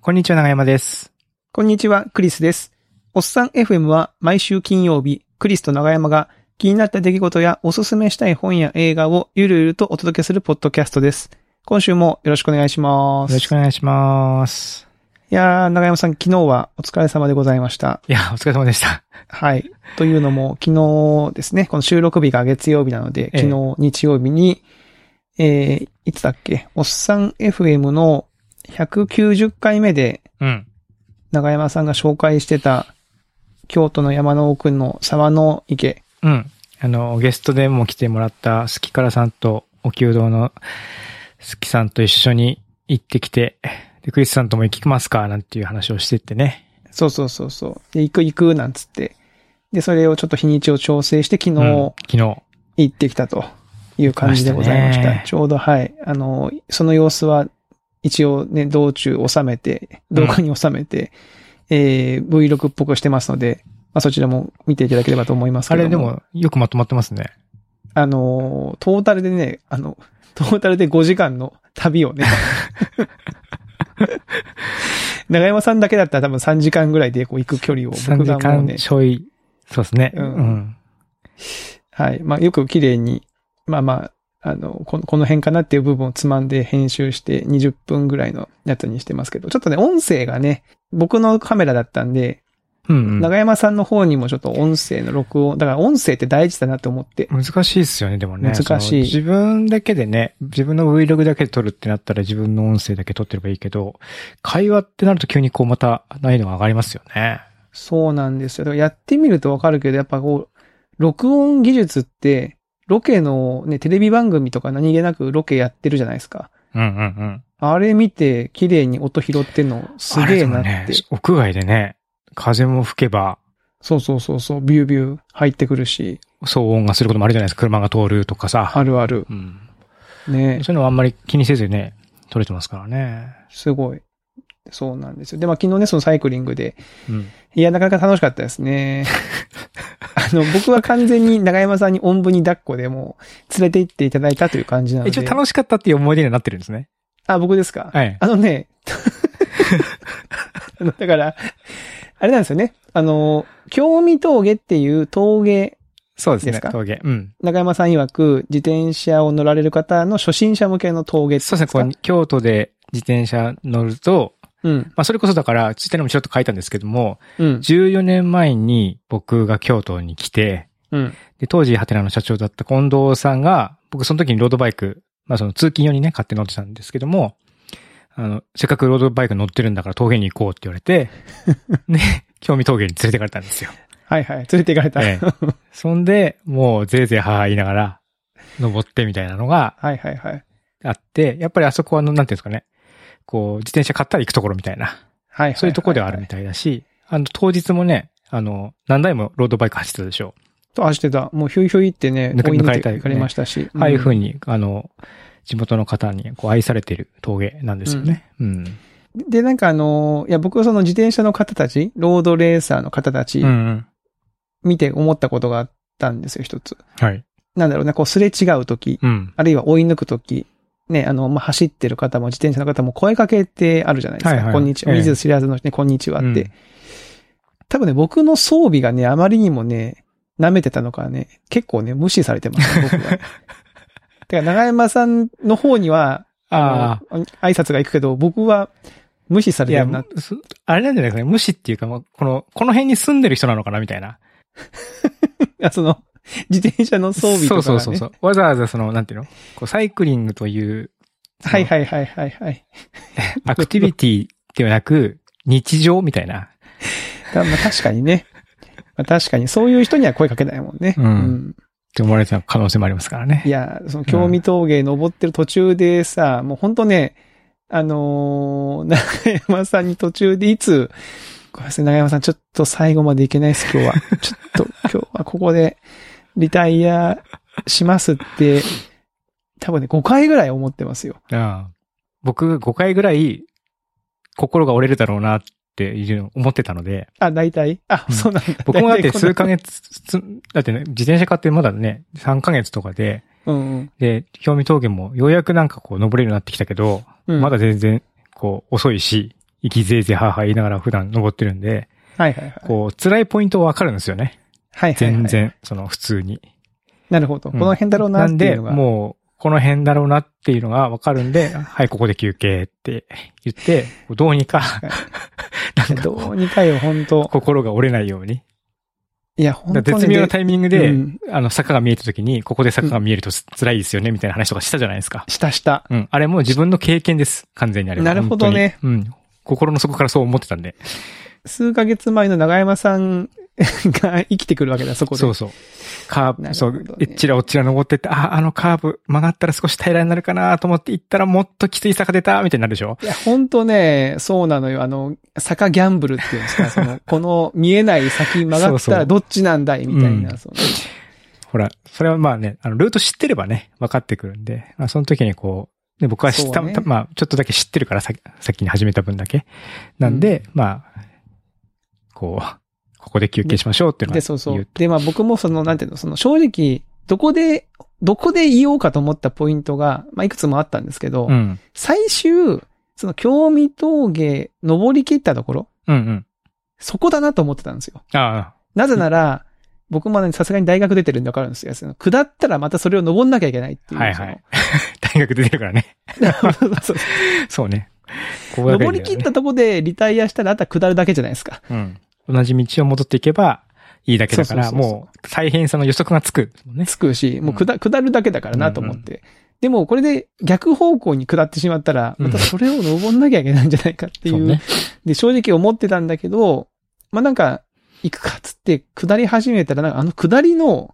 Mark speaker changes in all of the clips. Speaker 1: こんにちは、長山です。
Speaker 2: こんにちは、クリスです。おっさん FM は毎週金曜日、クリスと長山が気になった出来事やおすすめしたい本や映画をゆるゆるとお届けするポッドキャストです。今週もよろしくお願いしま
Speaker 1: よ
Speaker 2: す。
Speaker 1: ろしくお願いします。
Speaker 2: いやー、長山さん、昨日はお疲れ様でございました。
Speaker 1: いや、お疲れ様でした。
Speaker 2: はい。というのも、昨日ですね、この収録日が月曜日なので、
Speaker 1: ええ
Speaker 2: 昨日日曜日に、えー、いつだっけ、おっさん FM の190回目で、
Speaker 1: うん。
Speaker 2: 長山さんが紹介してた、京都の山の奥の沢の池。
Speaker 1: うん。あの、ゲストでも来てもらった、すきからさんと、お給堂のすきさんと一緒に行ってきて、で、クリスさんとも行きますかなんていう話をしてってね。
Speaker 2: そうそうそうそう。で、行く行く、なんつって。で、それをちょっと日にちを調整して、昨
Speaker 1: うん昨
Speaker 2: 日、
Speaker 1: 日。
Speaker 2: 行ってきたという感じでございました。
Speaker 1: 来ましたね
Speaker 2: ちょうど、はい。あの、その様子は、一応ね、道中収めて、動画に収めて、えー、Vlog っぽくしてますので、まあ、そちらも見ていただければと思います
Speaker 1: あ
Speaker 2: けども。
Speaker 1: れで、も、よくまとまってますね。
Speaker 2: あの、トータルでね、あの、トータルで5時間の 旅をね、長山さんだけだったら多分3時間ぐらいでこう行く距離を
Speaker 1: 3
Speaker 2: 僕
Speaker 1: 時
Speaker 2: がもう
Speaker 1: 間
Speaker 2: ね、
Speaker 1: ちょい、そうですね。う
Speaker 2: うん
Speaker 1: ん。
Speaker 2: はい。まあ、よく綺麗に、まあまあ、あの、このこの辺かなっていう部分をつまんで編集して20分ぐらいのやつにしてますけど、ちょっとね、音声がね、僕のカメラだったんで、
Speaker 1: うん、うん。
Speaker 2: 長山さんの方にもちょっと音声の録音、だから音声って大事だなと思って、
Speaker 1: 難しいっすよね、でもね。
Speaker 2: 難しい
Speaker 1: その自分だけでね、自分の Vlog だけで撮るってなったら自分の音声だけ撮ってればいいけど、会話ってなると急にこうまた難易度が上がりますよね。
Speaker 2: そうなんですよ。だからやってみるとわかるけど、やっぱこう、録音技術って、ロケのね、テレビ番組とか何気なくロケやってるじゃないですか。
Speaker 1: うんうんうん。
Speaker 2: あれ見て、綺麗に音拾ってんのすげえなっ
Speaker 1: あれでもね
Speaker 2: て。
Speaker 1: 屋外でね、風も吹けば、
Speaker 2: そうそうそうそう、ビュービュー入ってくるし、
Speaker 1: 騒音がすることもあるじゃないですか。車が通るとかさ。
Speaker 2: あるある。
Speaker 1: うん。そう
Speaker 2: ね
Speaker 1: いうのはあんまり気にせずにね、撮れてますからね。
Speaker 2: すごい。そうなんですよ。で、まあ昨日ね、そのサイクリングで。
Speaker 1: うん。
Speaker 2: いや、なかなか楽しかったです ね。あの、僕は完全に長山さんにおんぶに抱っこでもう連れて行っていただいたという感じなので。
Speaker 1: 一応楽しかったっていう思い出にはなってるんですね。
Speaker 2: あ、僕ですか
Speaker 1: はい。
Speaker 2: あのね、 あのだから、あれなんですよね。あの、興味峠っていう峠、
Speaker 1: そうですね。
Speaker 2: ですか
Speaker 1: 峠。うん。
Speaker 2: 中山さん曰く、自転車を乗られる方の初心者向けの峠
Speaker 1: そうですね。こう、京都で自転車乗ると、
Speaker 2: う。うん。
Speaker 1: まあ、それこそだから、ツイッターにもちょっと書いたんですけども、
Speaker 2: うん。
Speaker 1: 14年前に僕が京都に来て、
Speaker 2: うん。
Speaker 1: で、当時ハテナの社長だった近藤さんが、僕その時にロードバイク、まあその通勤用にね、買って乗ってたんですけども、あの、せっかくロードバイク乗ってるんだから峠に行こうって言われ て、ね、興味峠に連れてかれたんですよ。
Speaker 2: はいはい。連れて行かれた。
Speaker 1: ええそんで、もうぜいぜい母言いながら、登ってみたいなのが
Speaker 2: はいはいはい。
Speaker 1: あって、やっぱりあそこはあの、なんていうんですかね、こう、自転車買ったら行くところみたいな。
Speaker 2: はいはい。
Speaker 1: そういうとこではあるみ。たいだし、あの、当日もね、あの、何台もロードバイク走ってたでしょ。
Speaker 2: と走ってた。もうヒュイヒュイってね、
Speaker 1: 抜か
Speaker 2: 追い抜
Speaker 1: 抜かれ
Speaker 2: い
Speaker 1: た
Speaker 2: て
Speaker 1: りね
Speaker 2: 行かれましたし。
Speaker 1: ああいうふう
Speaker 2: に。
Speaker 1: に、あの、地元の方にこう愛されてる峠なんですよね。うん。
Speaker 2: で、なんかあの、いや、僕はその自転車の方たち、ロードレーサーの方たち
Speaker 1: うん、う、ん。
Speaker 2: 見て思ったことがあったんですよ、一つ。
Speaker 1: はい。
Speaker 2: なんだろうね、こうすれ違うとき、
Speaker 1: うん。
Speaker 2: あるいは追い抜くとき、ね、あの、まあ、走ってる方も自転車の方も声かけってあるじゃないですか。
Speaker 1: はいはい
Speaker 2: こんにちは。
Speaker 1: ええ
Speaker 2: 見ず知らずの人に、こんにちはって、
Speaker 1: うん
Speaker 2: 多分ね、僕の装備がね、あまりにもね、舐めてたのかね、結構ね、無視されてます、僕 は。だから、長山さんの方には、
Speaker 1: あ
Speaker 2: あの、挨拶が行くけど、僕は無視さ
Speaker 1: あ。い
Speaker 2: れて
Speaker 1: や
Speaker 2: るな。、
Speaker 1: すあれなんじゃないですかね。無視っていうか、まあこの、この辺に住んでる人なのかなみたいな。
Speaker 2: あその、自転車の装備とか、ね。
Speaker 1: そうそうそうそう。わざわざその、なんていうのこう、サイクリングという、その
Speaker 2: はいはいはいはいはい。
Speaker 1: アクティビティではなく、日常みたいな。
Speaker 2: だまあ、確かにね。まあ、確かに、そういう人には声かけないもんね。
Speaker 1: うんって思われた可能性もありますからね。
Speaker 2: いや、その、興味峠登ってる途中でさ、もうほんとね、あのー、 長山さんに途中でいつ、ごめんなさい、長山さん、ちょっと最後までいけないです、今日は。 ちょっと、今日はここで、リタイアしますって、多分ね、5回ぐらい思ってますよ。
Speaker 1: ああ僕5回ぐらい心が折れるだろうなっていうのを思ってたので、
Speaker 2: あ、大体あ、
Speaker 1: うん
Speaker 2: そうなんだ。
Speaker 1: 僕もだっ
Speaker 2: 大
Speaker 1: て
Speaker 2: 体こん
Speaker 1: 数
Speaker 2: な
Speaker 1: ヶ月、つだってね、自転車買ってまだね、3ヶ月とかで、
Speaker 2: うんうん、
Speaker 1: で、興味峠もようやくなんかこう登れるようになってきたけど、
Speaker 2: うん。
Speaker 1: まだ全然こう遅いし、息ぜいぜいはーはー言いながら普段登ってるんで、
Speaker 2: はいはいはい。
Speaker 1: こう、辛いポイントはわかるんですよね。
Speaker 2: はいはい、はい。
Speaker 1: 全。然、その普通に。
Speaker 2: なるほど。
Speaker 1: う
Speaker 2: こ
Speaker 1: ん
Speaker 2: の辺だろうな
Speaker 1: な
Speaker 2: っ
Speaker 1: ん
Speaker 2: てい
Speaker 1: で、
Speaker 2: うのが。
Speaker 1: もう、この辺だろうなっていうのがわかるん で、はい、ここで休憩って言って、こうどうにか、なんか
Speaker 2: ど
Speaker 1: こ
Speaker 2: うにかよ、本
Speaker 1: う、
Speaker 2: 当
Speaker 1: 心が折れないように。
Speaker 2: いや、本
Speaker 1: だ
Speaker 2: 当
Speaker 1: から
Speaker 2: に。
Speaker 1: 絶妙なタイミングで、
Speaker 2: うん
Speaker 1: あの、坂が見えた時に、ここで坂が見えるとつ辛いですよね、みたいな話とかしたじゃないですか。
Speaker 2: したした。
Speaker 1: うん。あれも自分の経験です。完全にあれは
Speaker 2: なるほどね。
Speaker 1: 本当にうん。心の底からそう思ってたんで。
Speaker 2: 数ヶ月前の長山さん が生きてくるわけだ、そこで。
Speaker 1: そうそう。カーブ、
Speaker 2: なる
Speaker 1: そ
Speaker 2: ほど
Speaker 1: う
Speaker 2: ね、
Speaker 1: えっちらおっちら登ってって、あ、あのカーブ曲がったら少し平らになるかなと思って行ったらもっときつい坂出た、みたいになるでしょ
Speaker 2: いや、本当ね、そうなのよ。あの、坂ギャンブルっていうんですか、その、この見えない先曲がっ
Speaker 1: そう
Speaker 2: た
Speaker 1: そ
Speaker 2: ら
Speaker 1: う
Speaker 2: どっちなんだい、みたいな。その
Speaker 1: ほら、それはまあね、あの、ルート知ってればね、分かってくるんで、まあその時にこう、ね、僕は知った、
Speaker 2: そうね
Speaker 1: たまあちょっとだけ知ってるからさ先に始めた分だけ。なんで、まあ、こう、ここで休憩しましょうっていうのは
Speaker 2: で、そうそ
Speaker 1: 言
Speaker 2: う。で、まあ僕もその、なんていうの、その、正直、どこで、どこで言おうかと思ったポイントが、まあいくつもあったんですけど、
Speaker 1: うん。
Speaker 2: 最終、その、興味峠、登り切ったところ、
Speaker 1: うんうん。
Speaker 2: そこだなと思ってたんですよ。
Speaker 1: あ
Speaker 2: なぜなら、僕もねさすがに大学出てるんでわかるんですよ。その下ったらまたそれを登んなきゃいけないって
Speaker 1: あ、
Speaker 2: いう。
Speaker 1: はいはい。大学出てるからね。
Speaker 2: そのそうそう
Speaker 1: そうね。ここだけで
Speaker 2: 登
Speaker 1: い
Speaker 2: り
Speaker 1: いんだ
Speaker 2: 切
Speaker 1: よね
Speaker 2: ったとこでリタイアしたら、あとは下るだけじゃないですか。
Speaker 1: うん。同じ道を戻っていけばいいだけだから、
Speaker 2: そうそうそうそう
Speaker 1: もう大変さの予測がつくもんね。
Speaker 2: つくし、もう下,、下るだけだからなと思って。でも、これで逆方向に下ってしまったら、
Speaker 1: うん
Speaker 2: またそれを登んなきゃいけないんじゃないかってい
Speaker 1: そう
Speaker 2: う。
Speaker 1: ね。
Speaker 2: で、正直思ってたんだけど、まあ、なんか、行くかっつって下り始めたら、なんかあの下りの、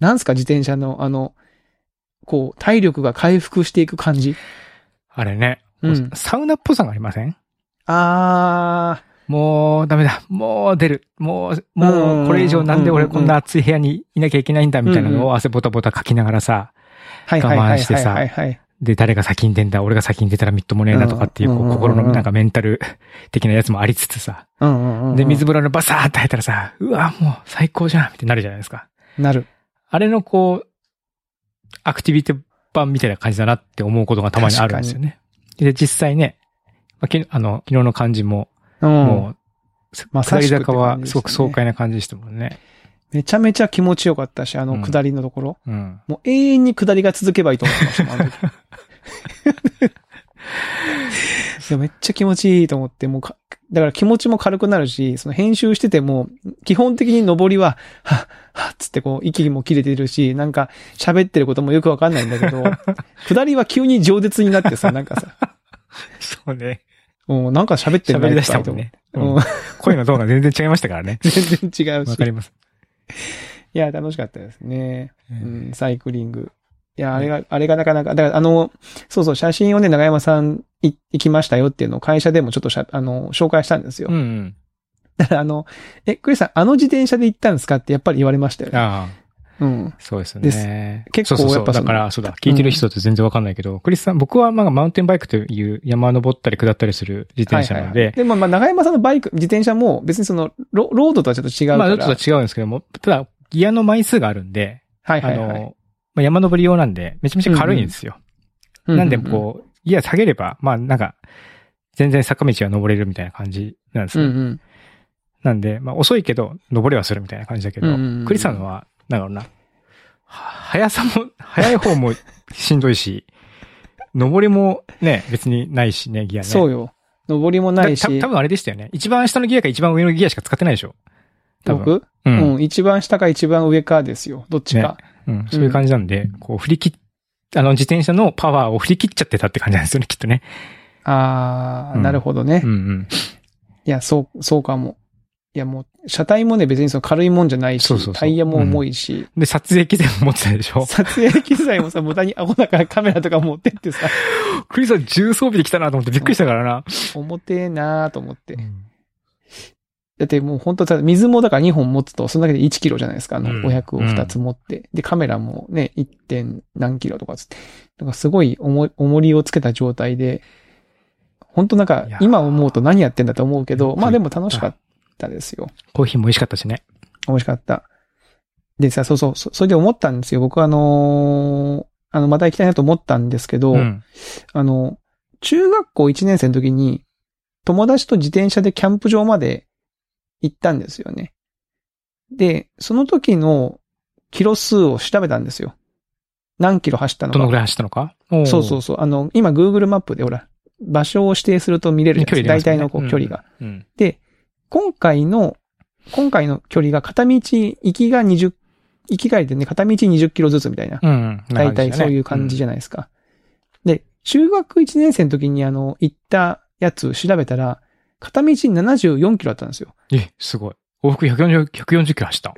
Speaker 2: なんすか自転車の、あの、こう、体力が回復していく感じ。
Speaker 1: あれね、
Speaker 2: うん
Speaker 1: サウナっぽさがありません
Speaker 2: あー、
Speaker 1: もうダメだ。もう出る。もう、もうこれ以上なんで俺こんな暑い部屋にいなきゃいけないんだみたいなのを汗ボタボタかきながらさ、
Speaker 2: はいはいはいはいはい、はい。
Speaker 1: で、誰が先に出んだ、俺が先に出たらみっともねえなとかっていう、こ
Speaker 2: うん
Speaker 1: う心のなんかメンタル 的なやつもありつつさ、
Speaker 2: うんうんうんうん。
Speaker 1: で、水風呂のバサーって入ったらさ、うわ、もう最高じゃんってなるじゃないですか。
Speaker 2: なる。
Speaker 1: あれのこう、アクティビティ版みたいな感じだなって思うことがたまにあるんですよね。で、実際ね、まあ、きあの昨日の感じも、
Speaker 2: うん。
Speaker 1: もう、
Speaker 2: まさ
Speaker 1: 下り
Speaker 2: しくっ
Speaker 1: 坂
Speaker 2: て感じ
Speaker 1: は
Speaker 2: ですね
Speaker 1: すごく爽快な感じでしたもんね。
Speaker 2: めちゃめちゃ気持ちよかったし、あ
Speaker 1: う
Speaker 2: の
Speaker 1: ん
Speaker 2: 下りのところ。
Speaker 1: うん。
Speaker 2: もう永遠に下りが続けばいいと思ってま したもんあの時いや、めっちゃ気持ちいいと思って、もうか、だから気持ちも軽くなるし、その編集してても、基本的に上りは、はっ、はっつってこう、息も切れてるし、なんか喋ってることもよくわかんないんだけ ど、下りは急に饒舌になってさ、なんかさ、
Speaker 1: そうね。
Speaker 2: もうなんか喋ってるな
Speaker 1: 喋り出したもんね。
Speaker 2: いっぱいと
Speaker 1: う
Speaker 2: 思
Speaker 1: ん
Speaker 2: って。
Speaker 1: 声のトーンが全然違いましたからね
Speaker 2: うん全然違う
Speaker 1: わ
Speaker 2: し
Speaker 1: か。ります。
Speaker 2: いや、楽しかったですね。うん、サイクリング。いや、あれが、あれがなかなか、だからあの、そうそう、写真をね、長山さんい行きましたよっていうのを会社でもちょっとしゃ、あの、紹介したんですよ。
Speaker 1: うんうん。
Speaker 2: だからあの、え、クリスさん、あの自転車で行ったんですかってやっぱり言われましたよ、ね。
Speaker 1: ああ、
Speaker 2: うん。
Speaker 1: そうですよ
Speaker 2: で
Speaker 1: ね。
Speaker 2: 結構
Speaker 1: そうそう
Speaker 2: やっぱ
Speaker 1: そ
Speaker 2: そう
Speaker 1: だ
Speaker 2: の
Speaker 1: から、そうだ、聞いてる人って全然わかんないけど、クリスさん、僕はまあマウンテンバイクという山登ったり下ったりする自転車なの
Speaker 2: はいはいはい
Speaker 1: で、
Speaker 2: でも、まあ、長山さんのバイク、自転車も別にその、ロロードとはちょっと違うから。
Speaker 1: まあちょっと違うんですけども、ただ、ギアの枚数があるんで、
Speaker 2: はい
Speaker 1: あ
Speaker 2: はいはい。
Speaker 1: の、まあ山登り用なんで、めちゃめちゃ軽いんですよ。なんで、こう、ギア下げれば、まあなんか、全然坂道は登れるみたいな感じなんです
Speaker 2: うん
Speaker 1: ね。
Speaker 2: うん、うんうん。
Speaker 1: なんで、まあ遅いけど、登れはするみたいな感じだけど、
Speaker 2: うんうんうん
Speaker 1: クリスさんのは、なんだろうな、は速さも、 速い方もしんどいし、登りもね、別にないしね、ギアね。
Speaker 2: そう
Speaker 1: う、
Speaker 2: よ。登りもないし
Speaker 1: た。多分あれでしたよね。一番下のギアか一番上のギアしか使ってないでしょ。多分。
Speaker 2: 僕、
Speaker 1: う。
Speaker 2: うんん、一番下か一番上かですよ。どっちか。
Speaker 1: うん。そういう感じなんで、こう振り切っ、あの自転車のパワーを振り切っちゃってたって感じなんですよね、きっと ね。
Speaker 2: あー、
Speaker 1: うん
Speaker 2: なるほどね。
Speaker 1: うんうん。
Speaker 2: いや、そう、そうかも。いや、もう、車体もね、別にその軽いもんじゃないし、
Speaker 1: そうそうそう
Speaker 2: タイヤも重いし、
Speaker 1: で、撮影機材も持ってたでしょ。
Speaker 2: 撮影機材もさ、無駄にアホだからカメラとか持ってっ てさ、
Speaker 1: クリスさん重装備で来たなと思ってびっくりしたからな。
Speaker 2: 重てえなーと思って。だってもう本当ただ水もだから2本持つと、そのだけで1キロじゃないですか。あの、
Speaker 1: うん
Speaker 2: 500を2つ持って。で、カメラもね、1. 点何キロとかつって。だからすごい重い重りをつけた状態で、本当なんか
Speaker 1: いや、ー
Speaker 2: 今思うと何やってんだと思うけど、まあでも楽しか
Speaker 1: よ
Speaker 2: ったですよ。
Speaker 1: コーヒーも美味しかったしね。
Speaker 2: 美味しかった。でさ、そうそう、そそれで思ったんですよ。僕はあのーあの、また行きたいなと思ったんですけど、
Speaker 1: うん。
Speaker 2: あの、中学校1年生の時に、友達と自転車でキャンプ場まで行ったんですよね。で、その時のキロ数を調べたんですよ。何キロ走ったの
Speaker 1: どのぐ
Speaker 2: か。
Speaker 1: らい走ったのか
Speaker 2: そうそう
Speaker 1: う。
Speaker 2: そう。あの、今 Google マップでほら、場所を指定すると見れるじゃない
Speaker 1: 距離
Speaker 2: です
Speaker 1: 出
Speaker 2: か。
Speaker 1: ま
Speaker 2: 大
Speaker 1: すもんね
Speaker 2: 体のこう距離が。
Speaker 1: うん。
Speaker 2: 今回の、今回の距離が片道、行きが20、行き帰りでね、片道20キロずつみたいな。
Speaker 1: うん。
Speaker 2: 大体そういう感じじ
Speaker 1: ゃ
Speaker 2: ゃないですか。で、中学1年生の時にあの、行ったやつ調べたら、片道74キロだったんです よ。
Speaker 1: ん。え、すごい。往復140、140キロ走った。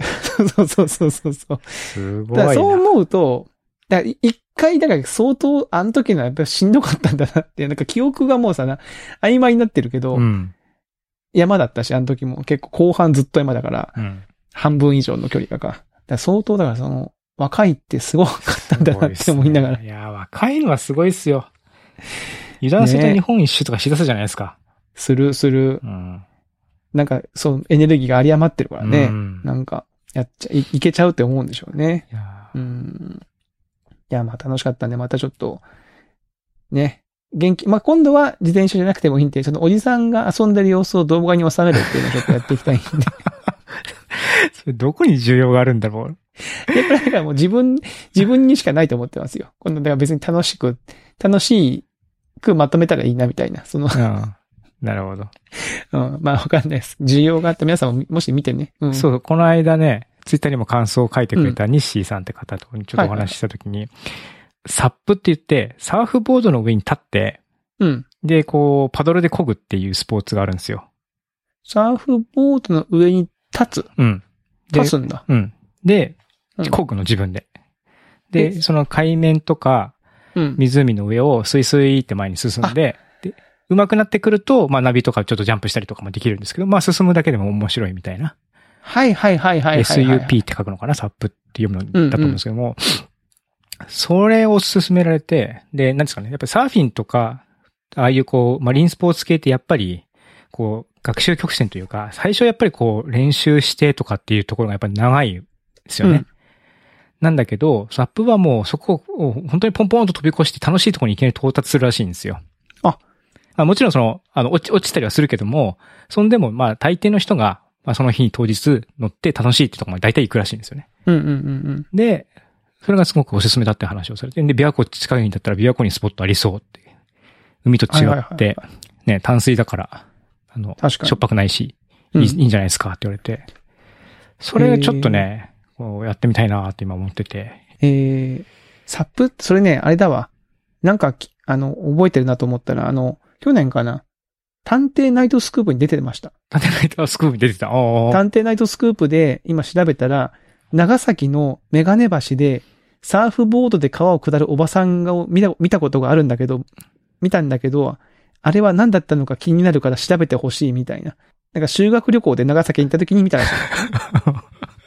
Speaker 2: そうそうそうそうそう。
Speaker 1: すごい
Speaker 2: だ
Speaker 1: な。
Speaker 2: からそう思うと、だから一回、だから相当、あの時のはやっぱりしんどかったんだなって、なんか記憶がもうさな、曖昧になってるけど、
Speaker 1: うん。
Speaker 2: 山だったし、あの時も結構後半ずっと山だから、
Speaker 1: うん。
Speaker 2: 半分以上の距離がか。だから相当、だからその、若いってすごかったんだなって思いながら
Speaker 1: すごっすね。いや、若いのはすごいっすよ。油断すると
Speaker 2: ね
Speaker 1: 日本一周とかしだすじゃないですか。
Speaker 2: する、する、
Speaker 1: うん。
Speaker 2: なんか、そう、エネルギーが有り余ってるからね。
Speaker 1: うん
Speaker 2: なんか、やっちゃい、いけちゃうって思うんでしょうね。
Speaker 1: いや
Speaker 2: うん。いや、まあ楽しかったんで、またちょっと、ね。元気、まあ今度は自転車じゃなくてもいいんで、そのおじさんが遊んでる様子を動画に収めるっていうのをちょっとやっていきたい んで。
Speaker 1: それどこに需要があるんだろう。
Speaker 2: でこれだからもう自分、自分にしかないと思ってますよ。今度、だから別に楽しく、楽しくまとめたらいいなみたいな。その、
Speaker 1: うん。 なるほど。
Speaker 2: うん、まあわかんないです。需要があった皆さんも、もし見てね。うん。
Speaker 1: そう、この間ね、ツイッターにも感想を書いてくれたニッシーさんって方とちょっとお話ししたときに、サップって言って、サーフボードの上に立って、
Speaker 2: うん。
Speaker 1: で、こう、パドルで漕ぐっていうスポーツがあるんですよ。
Speaker 2: サーフボードの上に立つ。
Speaker 1: うん。で
Speaker 2: 立つんだ。
Speaker 1: うん。で、
Speaker 2: うん
Speaker 1: 漕ぐの自分で。
Speaker 2: え
Speaker 1: で、その海面とか
Speaker 2: うん。
Speaker 1: 湖の上をスイスイって前に進んで、で、上手くなってくると、まあナビとかちょっとジャンプしたりとかもできるんですけど、まあ進むだけでも面白いみたいな。
Speaker 2: はいはいはいはいはいはい、
Speaker 1: SUP って書くのかなサップって読むんだと思うんですけども、それを勧められて、で、なんですかね、やっぱりサーフィンとか、ああいうこう、マリンスポーツ系ってやっぱり、こう、学習曲線というか、最初やっぱりこう、練習してとかっていうところがやっぱり長いですよね。
Speaker 2: うん
Speaker 1: なんだけど、サップはもうそこを本当にポンポンと飛び越して楽しいところにいきなり到達するらしいんですよ。
Speaker 2: あ
Speaker 1: あもちろんその、あの、落ち、落ちたりはするけども、そんでもまあ大抵の人が、まあその日当日乗って楽しいってとこまで大体行くらしいんですよね。
Speaker 2: うんうんうん
Speaker 1: で、それがすごくおすすめだって話をされて、で、琵琶湖近いんだったら琵琶湖にスポットありそうって。海と違
Speaker 2: はい
Speaker 1: っ
Speaker 2: はい
Speaker 1: て、ね、淡水だから、あの、
Speaker 2: 確かに
Speaker 1: しょっぱくないし、
Speaker 2: うん。
Speaker 1: いいいいんじゃないですかって言われて、それちょっとね、こうやってみたいなって今思ってて、
Speaker 2: えー、サップそれね、あれだわ。なんかき、あの、覚えてるなと思ったら、あの、去年かな。探偵ナイトスクープに出てました。
Speaker 1: 立てないとスクープに出てた。おー
Speaker 2: 探偵ナイトスクープで今調べたら、長崎のメガネ橋で、サーフボードで川を下るおばさんを見た見たことがあるんだけど、見たんだけど、あれは何だったのか気になるから調べてほしいみたいな。なんか修学旅行で長崎に行った時に見 たらしい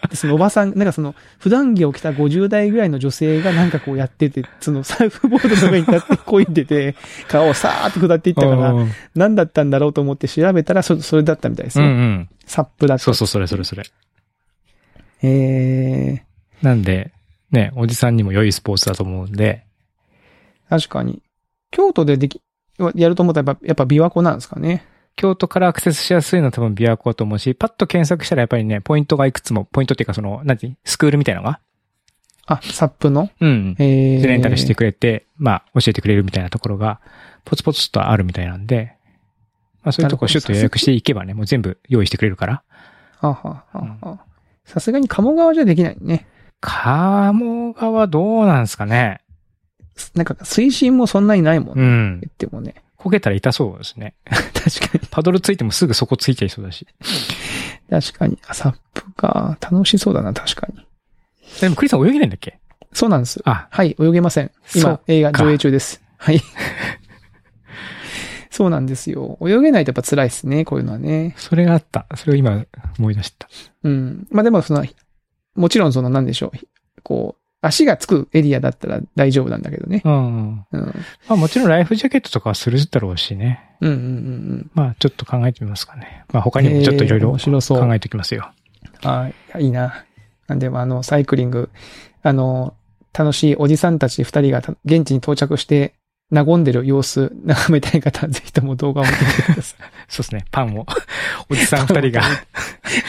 Speaker 2: でそのおばさん、なんかその、普段着を着た50代ぐらいの女性がなんかこうやってて、そのサーフボードの上に立って漕いでて、川をさーっと下っていったから、
Speaker 1: うん
Speaker 2: 何だったんだろうと思って調べたら、そそれだったみたいです
Speaker 1: う
Speaker 2: よ。
Speaker 1: ん。
Speaker 2: サップだった
Speaker 1: そうそう、それそれそれ。
Speaker 2: ええ
Speaker 1: なんで、ね、おじさんにも良いスポーツだと思うんで、
Speaker 2: 確かに。京都ででき、やると思ったらやっぱ、やっぱ琵琶湖なんですかね。
Speaker 1: 京都からアクセスしやすいのは多分琵琶湖だと思うし、パッと検索したらやっぱりね、ポイントがいくつも、ポイントっていうかその、何スクールみたいなのが
Speaker 2: あ、サップの
Speaker 1: うん。
Speaker 2: ええ
Speaker 1: でレンタルしてくれて、まあ、教えてくれるみたいなところが、ポツポツとあるみたいなんで、まあそういうとこ
Speaker 2: なるほど
Speaker 1: シュッと予約していけばね、もう全部用意してくれるから。
Speaker 2: ははははさすがに鴨川じゃできないね。
Speaker 1: 鴨川どうなんですかね
Speaker 2: なんか水深もそんなにないもん
Speaker 1: う
Speaker 2: ね。
Speaker 1: ん
Speaker 2: 言。ってもね。
Speaker 1: 焦げたら痛そうですね。
Speaker 2: 確か
Speaker 1: パドルついてもすぐそこついちゃいそうだし。
Speaker 2: に。確かに。あ、サップか。楽しそうだな、確かに。
Speaker 1: でもクリスさん泳げないんだっけ
Speaker 2: そうなんです。
Speaker 1: あ、
Speaker 2: はい、泳げません。
Speaker 1: そ
Speaker 2: 今
Speaker 1: う、
Speaker 2: 映画上映中です。はい。 そうなんですよ。泳げないとやっぱ辛いですね、こういうのはね。
Speaker 1: それがあった。それを今思い出した。
Speaker 2: うん。まあでもその、もちろんそのなんでしょう。こう、足がつくエリアだったら大丈夫なんだけどね。
Speaker 1: うん。
Speaker 2: うん。うん
Speaker 1: まあもちろんライフジャケットとかはするだろうしね。
Speaker 2: うんうんうん
Speaker 1: まあちょっと考えてみますかね。まあ他にもちょっといろい
Speaker 2: えー
Speaker 1: ろ
Speaker 2: 面白そう
Speaker 1: 考えておきますよ。
Speaker 2: うん。はい。いいな。なんでもあの、サイクリング、あの、楽しいおじさんたち二人がた現地に到着して、和んでる様子、眺めたい方はぜひとも動画を見てみてください。
Speaker 1: そうですね。パンを。おじさん二人が
Speaker 2: そう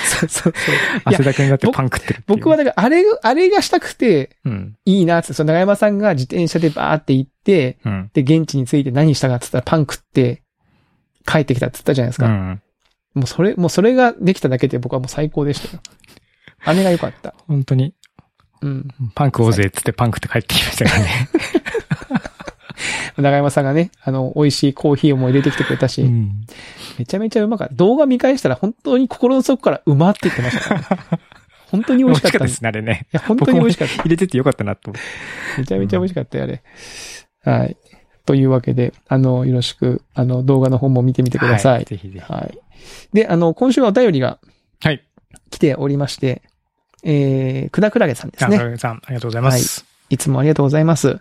Speaker 2: そうそう。いや
Speaker 1: 汗だくになってパン食ってるっていう
Speaker 2: 僕は、だから、あれ、あれがしたくて、
Speaker 1: うん。
Speaker 2: いいなって、その長山さんが自転車でバーって行って、
Speaker 1: うん。
Speaker 2: で、現地に着いて何したかって言ったらパン食って、帰ってきたって言ったじゃないです
Speaker 1: う
Speaker 2: か。
Speaker 1: ん。
Speaker 2: もうそれ、もうそれができただけで僕はもう最高でしたよ。あれが良かった。
Speaker 1: 本当に、
Speaker 2: うん。
Speaker 1: パン食おうぜっつってパン食って帰ってきましたからね。
Speaker 2: 長山さんがね、あの、美味しいコーヒーも入れてきてくれたし、
Speaker 1: うん。
Speaker 2: めちゃめちゃうまかった。動画見返したら本当に心の底からうまって言ってましたからね、本当に美味しかったん
Speaker 1: で
Speaker 2: です。
Speaker 1: すね、あれね。
Speaker 2: いや、本当に美味しかった。
Speaker 1: 入れててよかったなと思って。
Speaker 2: めちゃめちゃ美味しかったよ、あれ。はい。というわけで、あの、よろしく、あの、動画の方も見てみてくださ。
Speaker 1: はいぜひぜひ。
Speaker 2: はい。で、あの、今週はお便りが
Speaker 1: はい。
Speaker 2: 来ておりまして、えー、くだくらげさんで
Speaker 1: じ
Speaker 2: す
Speaker 1: ゃあ、
Speaker 2: ね。
Speaker 1: 村上さん、ありがとうございます。
Speaker 2: いつもありがとうございます。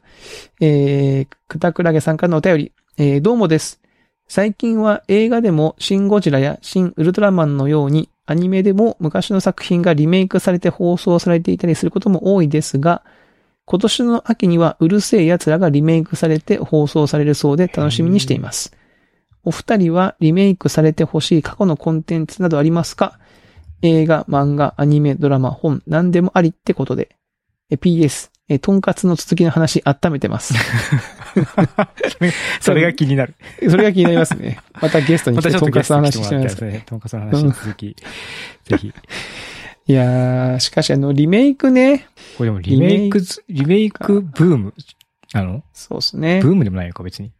Speaker 2: えー、くたくらげさんからのお便り、えー、どうもです。最近は映画でもシン・ゴジラやシン・ウルトラマンのように、アニメでも昔の作品がリメイクされて放送されていたりすることも多いですが、今年の秋にはうるせえ奴らがリメイクされて放送されるそうで楽しみにしています。お二人はリメイクされてほしい過去のコンテンツなどありますか映画、漫画、アニメ、ドラマ、本、何でもありってことで。え PS、え、とんかつの続きの話温めてます。
Speaker 1: それが気になる。
Speaker 2: それが気になりますね。またゲストに
Speaker 1: ま
Speaker 2: 来
Speaker 1: た
Speaker 2: て
Speaker 1: ちょっ
Speaker 2: と
Speaker 1: と
Speaker 2: んか
Speaker 1: ゲ
Speaker 2: つ
Speaker 1: ス
Speaker 2: の
Speaker 1: トに来て
Speaker 2: 話し
Speaker 1: もら
Speaker 2: てない
Speaker 1: いた
Speaker 2: で
Speaker 1: いで
Speaker 2: す
Speaker 1: す
Speaker 2: か。
Speaker 1: ね。とんかつの話に続き。ぜひ。
Speaker 2: いやー、しかしあの、リメイクね。
Speaker 1: これでもリメイクず、リメイクブームなの
Speaker 2: そうですね
Speaker 1: ブ。ームでもないのか、別に。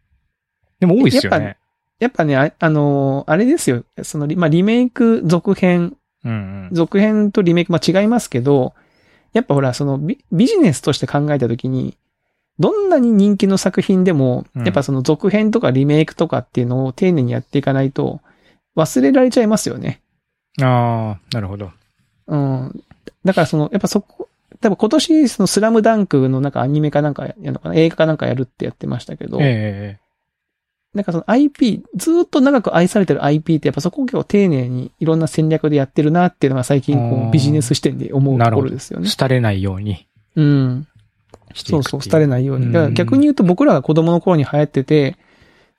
Speaker 1: でも多いですよ
Speaker 2: やっ
Speaker 1: ね。
Speaker 2: やっぱね、ああのーあれですよ。そのリ、まあ、リメイク、続編、
Speaker 1: うんうん。
Speaker 2: 続編とリメイク、まあ、違いますけど、やっぱほら、そのビ、ビジネスとして考えたときに、どんなに人気の作品でも、
Speaker 1: うん
Speaker 2: やっぱその続編とかリメイクとかっていうのを丁寧にやっていかないと、忘れられちゃいますよね。
Speaker 1: ああ、なるほど。
Speaker 2: うん。だからその、やっぱそこ、多分今年、そのスラムダンクのなんかアニメかなんかやるのかな映画かなんかやるってやってましたけど、
Speaker 1: え
Speaker 2: なんかその IP、ずーっと長く愛されてる IP ってやっぱそこを結構丁寧にいろんな戦略でやってるなっていうのが最近
Speaker 1: あ
Speaker 2: こ
Speaker 1: ー
Speaker 2: うビジネス視点で思うところですよ
Speaker 1: え
Speaker 2: ね。
Speaker 1: 廃れないように
Speaker 2: うん。
Speaker 1: してい
Speaker 2: そ
Speaker 1: くっ
Speaker 2: う
Speaker 1: てい
Speaker 2: そう、廃れ
Speaker 1: ない。
Speaker 2: ないよう
Speaker 1: う
Speaker 2: に。
Speaker 1: ん
Speaker 2: だから逆に言うと僕らが子供の頃に流行ってて、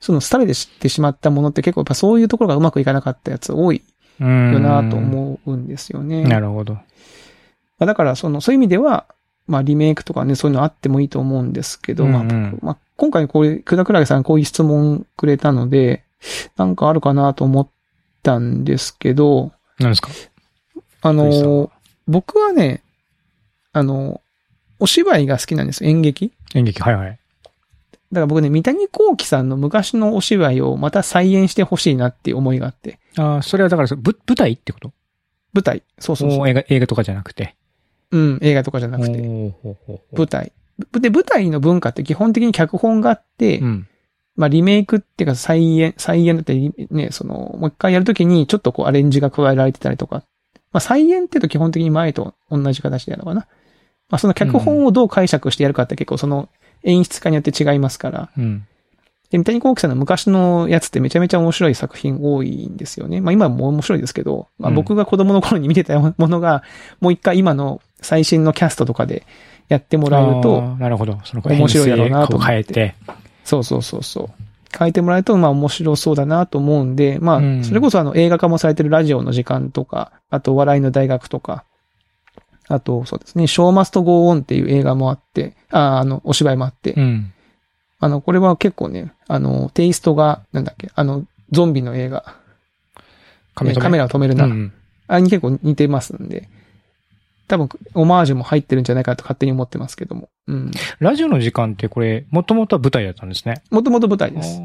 Speaker 2: その廃れてしてしまったものって結構やっぱそういうところがうまくいかなかったやつ多い
Speaker 1: うん。
Speaker 2: よなと思うんですよね。
Speaker 1: なるほど。
Speaker 2: まあ、だから、その、そういう意味では、まあ、リメイクとかね、そういうのあってもいいと思うんですけど、まあ
Speaker 1: うんうん
Speaker 2: まあ、今回こういう、くだくらげさんこういう質問くれたので、なんかあるかなと思ったんですけど、
Speaker 1: 何ですか
Speaker 2: あ
Speaker 1: びっくりし
Speaker 2: の、僕はね、あの、お芝居が好きなんですよ、演劇。
Speaker 1: 演劇、はいはい。
Speaker 2: だから僕ね、三谷幸喜さんの昔のお芝居をまた再演してほしいなっていう思いがあって、
Speaker 1: ああ、それはだから、ぶ舞台ってこと
Speaker 2: 舞台、そうそう
Speaker 1: も
Speaker 2: そう
Speaker 1: 映画、映画とかじゃなくて。
Speaker 2: う、うん、映画とかじゃなくて、
Speaker 1: おーほうほうほ
Speaker 2: 舞台。で、舞台の文化って基本的に脚本があって、
Speaker 1: ううん。
Speaker 2: まあ、リメイクっていうか再演、再演だったり、ね、その、もう一回やるときにちょっとこうアレンジが加えられてたりとか。まあ、再演っていうと基本的に前と同じ形でやるのかな。まあ、その脚本をどう解釈してやるかって結構その演出家によって違いますから。
Speaker 1: うん。
Speaker 2: で、三谷幸喜さんの昔のやつってめちゃめちゃ面白い作品多いんですよね。まあ、今も面白いですけど、まあ、
Speaker 1: うん
Speaker 2: 僕が子供の頃に見てたものが、もう一回今の最新のキャストとかでやってもらえる
Speaker 1: あ、
Speaker 2: と
Speaker 1: ー、なるほど。その
Speaker 2: 面白いだろうなと思って
Speaker 1: 変えて。
Speaker 2: そうそうそうそう。変えてもらえると、まあ面白そうだなと思うんで、ま
Speaker 1: うん
Speaker 2: あ、それこそあの映画化もされてるラジオの時間とか、あと笑いの大学とか、あとそうですね、ショーマストゴーオンっていう映画もあって、あ、あの、お芝居もあって、
Speaker 1: うん。
Speaker 2: あの、これは結構ね、あの、テイストが、なんだっけ、あの、ゾンビの映画、
Speaker 1: カメ
Speaker 2: えーカメ
Speaker 1: ラ
Speaker 2: ラを止める
Speaker 1: 止め
Speaker 2: な、
Speaker 1: うん。
Speaker 2: あれに結構似てますんで、多分、オマージュも入ってるんじゃないかと勝手に思ってますけども。うん。
Speaker 1: ラジオの時間ってこれ、もともとは舞台だったんですね。
Speaker 2: もともと舞台です。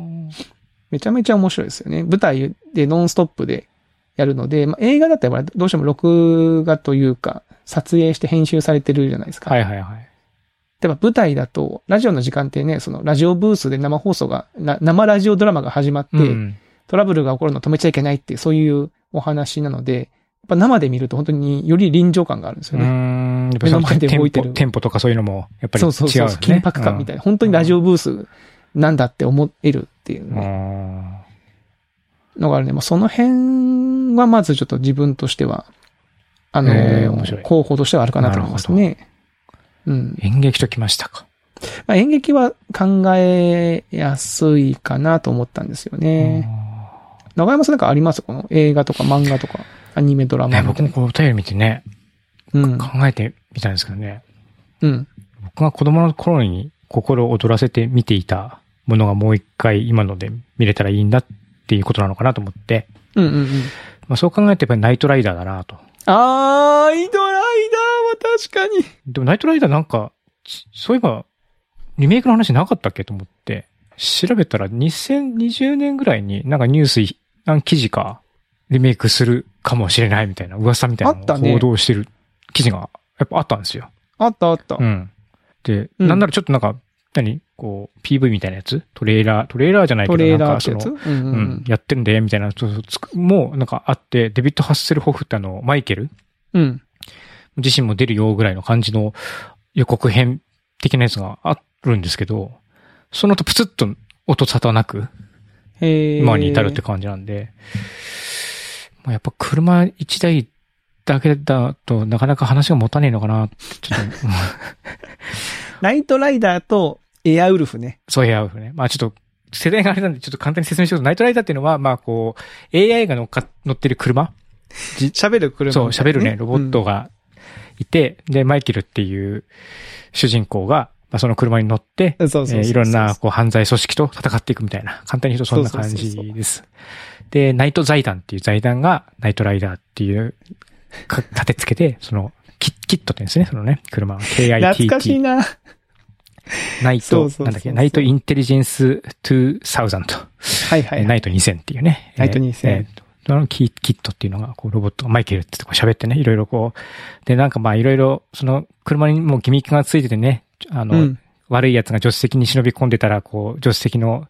Speaker 2: めちゃめちゃ面白いですよね。舞台でノンストップでやるので、まあ、映画だったらどうしても録画というか、撮影して編集されてるじゃないですか。。
Speaker 1: はいいはいはい。
Speaker 2: 例えば舞台だと、ラジオの時間ってね、そのラジオブースで生放送が、な生ラジオドラマが始まって、
Speaker 1: うん。
Speaker 2: トラブルが起こるのを止めちゃいけないっていう、そういうお話なので、やっぱ生で見ると本当により臨場感があるんです
Speaker 1: う
Speaker 2: よね。
Speaker 1: ん。やっぱ
Speaker 2: 目
Speaker 1: りその
Speaker 2: の前で
Speaker 1: テ
Speaker 2: 動
Speaker 1: ン
Speaker 2: いてる
Speaker 1: ポ、テンポとかそういうのも、やっぱり違うよ
Speaker 2: そう
Speaker 1: ね。
Speaker 2: そうそうそう、緊迫感みたい
Speaker 1: な。
Speaker 2: な。本当にラジオブースなんだって思えるっていうね。
Speaker 1: あ
Speaker 2: のがあるね。まあ、その辺はまずちょっと自分としては、あのー
Speaker 1: えー面白い
Speaker 2: 候補としてはあるかなと思いますね。うん
Speaker 1: ー。演劇ときましたか。
Speaker 2: まあ、演劇は考えやすいかなと思ったんですよね。長山さんなんかありますこの映画とか漫画とか、アニメドラ
Speaker 1: うん
Speaker 2: マ
Speaker 1: ね、
Speaker 2: み
Speaker 1: 僕
Speaker 2: たい
Speaker 1: もこうお便り見てね、
Speaker 2: な。
Speaker 1: 考えてみたんですけどね。
Speaker 2: うん。うん。
Speaker 1: 僕が子供の頃に心躍らせて見ていたものがもう一回今ので見れたらいいんだっていうことなのかなと思って、
Speaker 2: うんうんうん。
Speaker 1: まあ、そう考えるとやっぱりナイトライダーだなと。
Speaker 2: あー、イドライダーは確かに。
Speaker 1: でもナイトライダーなんか、ちそういえばリメイクの話なかったっけと思って、調べたら2020年ぐらいになんかニュースい、なん記事か、リメイクするかもしれないみたいな噂みたい
Speaker 2: あっ
Speaker 1: な
Speaker 2: た
Speaker 1: のを
Speaker 2: ね
Speaker 1: 報道してる記事がやっぱあったんですよ。
Speaker 2: あったあった。
Speaker 1: うん。で、
Speaker 2: うん
Speaker 1: なんならちょっとなんか、何こう、PV みたいなやつトレーラー、トレーラーじゃないけ
Speaker 2: ト
Speaker 1: ど、
Speaker 2: レー
Speaker 1: なん
Speaker 2: ラ
Speaker 1: か
Speaker 2: ーって
Speaker 1: そ
Speaker 2: や
Speaker 1: の
Speaker 2: つうん
Speaker 1: う
Speaker 2: うん
Speaker 1: ん、やってるんで、みたいな、そうそうつくもうなんかあって、デビッド・ハッセルホフってあの、マイケル
Speaker 2: うん。うん。
Speaker 1: 自身も出るよぐらいの感じの予告編的なやつがあるんですけど、そのとプツッと音沙汰なく、
Speaker 2: へー
Speaker 1: 今に至るって感じなんで、まあ、やっぱ車1台だけだとなかなか話が持たねえのかなって、ちょっと、
Speaker 2: ナイトライダーとエアウルフね。
Speaker 1: そういうね。まあちょっと、世代があれなんで、ちょっと簡単に説明しようと、ナイトライダーっていうのは、まあこう、AI が乗っか、乗ってる車
Speaker 2: 喋る車、
Speaker 1: そう、喋るね、ロボット
Speaker 2: が。
Speaker 1: がいて、で、マイケルっていう主人公が、まあその車に乗って、
Speaker 2: うんそうそうそう
Speaker 1: え
Speaker 2: そう
Speaker 1: ーいろんな、こう、犯罪組織と戦っていくみたいな、簡単に言うとそんな感
Speaker 2: そうそうそう
Speaker 1: じです。で、ナイト財団っていう財団が、ナイトライダーっていう、か立てつけて、その、キッキットって言うんですね、そのね、車は。KITT。
Speaker 2: 懐かしいな。は
Speaker 1: ナイ
Speaker 2: そう
Speaker 1: ト
Speaker 2: そうそうそ、う
Speaker 1: なんだっけ、ナイトインテリジェンス2000。
Speaker 2: いはい、はい。
Speaker 1: ナイト2000っていうね。
Speaker 2: ナイト2000
Speaker 1: えーえーとあのキキットっていうのが、こう、ロボットがマイケルってとこ喋ってね、いろいろこう、で、なんかまあいろいろ、その、車にもうギミックがついててね、あの、
Speaker 2: うん
Speaker 1: 悪い奴が助手席に忍び込んでたら、こう、助手席の、